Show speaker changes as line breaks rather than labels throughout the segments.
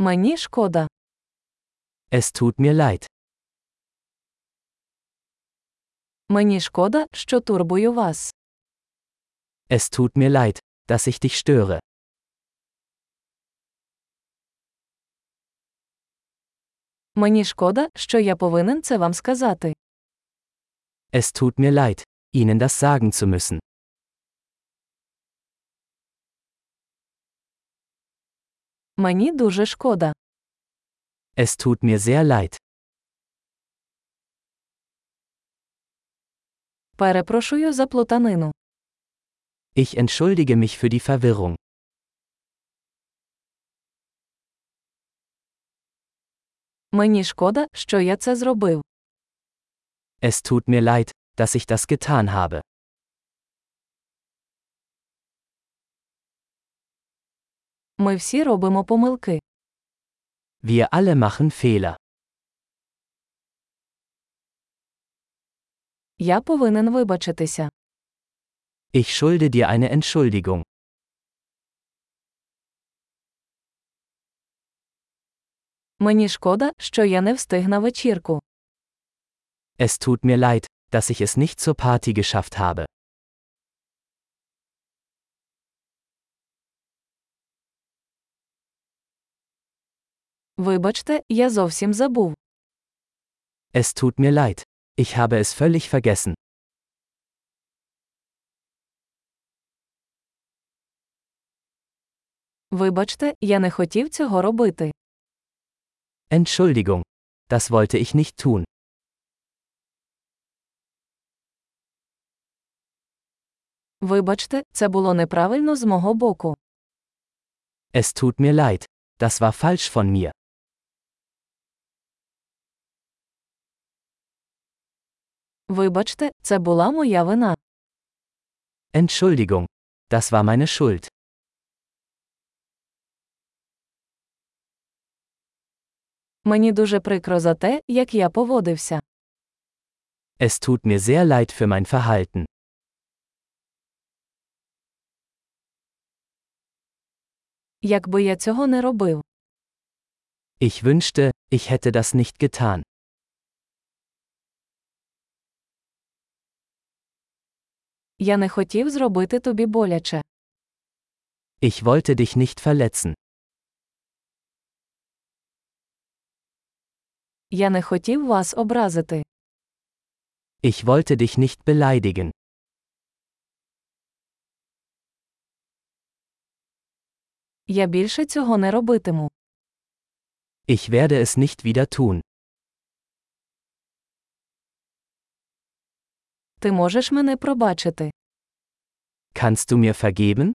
Мені шкода.
Es tut mir leid.
Мені шкода, що турбую вас.
Es tut mir leid, dass ich dich störe.
Мені шкода, що я повинен це вам сказати.
Es tut mir leid, Ihnen das sagen zu müssen.
Мені дуже шкода.
Es tut mir sehr leid.
Перепрошую за плутанину.
Ich entschuldige mich für die Verwirrung.
Мені шкода, що я це зробив.
Es tut mir leid, dass ich das getan habe.
Ми всі робимо помилки.
Wir alle machen Fehler.
Я повинен вибачитися.
Ich schulde dir eine Entschuldigung.
Мені шкода, що я не встиг на вечірку.
Es tut mir leid, dass ich es nicht zur Party geschafft habe.
Вибачте, я зовсім забув.
Es tut mir leid. Ich habe es völlig vergessen.
Вибачте, я не хотів цього робити.
Entschuldigung. Das wollte ich nicht tun.
Вибачте, це було неправильно з мого боку.
Es tut mir leid. Das war falsch von mir.
Вибачте, це була моя вина.
Entschuldigung. Das war meine Schuld.
Мені дуже прикро за те, як я поводився.
Es tut mir sehr leid für mein Verhalten.
Якби я цього не робив.
Ich wünschte, ich hätte das nicht getan.
Я не хотів зробити тобі боляче.
Ich wollte dich nicht verletzen.
Я не хотів вас образити.
Ich wollte dich nicht beleidigen.
Я більше цього не робитиму.
Ich werde es nicht wieder tun.
Ти можеш мене пробачити.
Kannst du mir vergeben?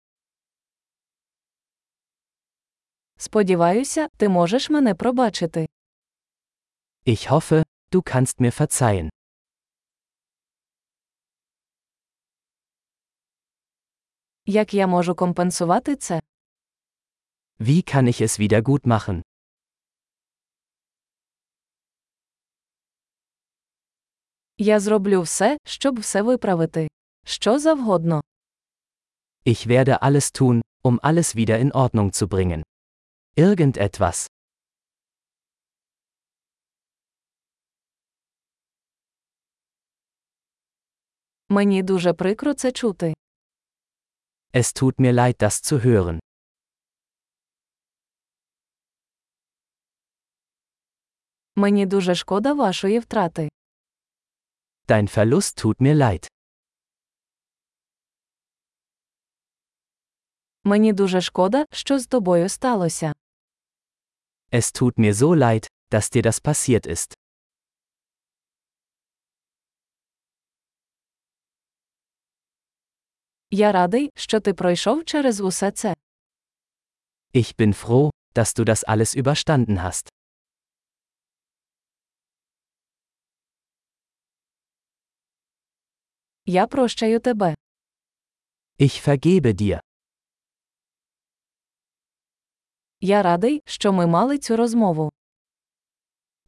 Сподіваюся, ти можеш мене пробачити.
Ich hoffe, du kannst mir verzeihen.
Як я можу компенсувати це?
Wie kann ich es wieder gut machen?
Я зроблю все, щоб все виправити. Що завгодно.
Ich werde alles tun, um alles wieder in Ordnung zu bringen. Irgendetwas.
Мені дуже прикро це чути.
Es tut mir leid, das zu hören.
Мені дуже шкода вашої втрати.
Dein Verlust tut mir leid.
Мені дуже шкода, що з тобою сталося.
Es tut mir so leid, dass dir das passiert ist.
Я радий, що ти пройшов через усе це.
Ich bin froh, dass du das alles überstanden hast.
Я прощаю тебе.
Ich vergebe dir.
Я радий, що ми мали цю розмову.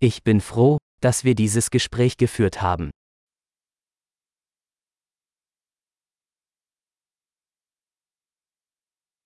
Ich bin froh, dass wir dieses Gespräch geführt haben.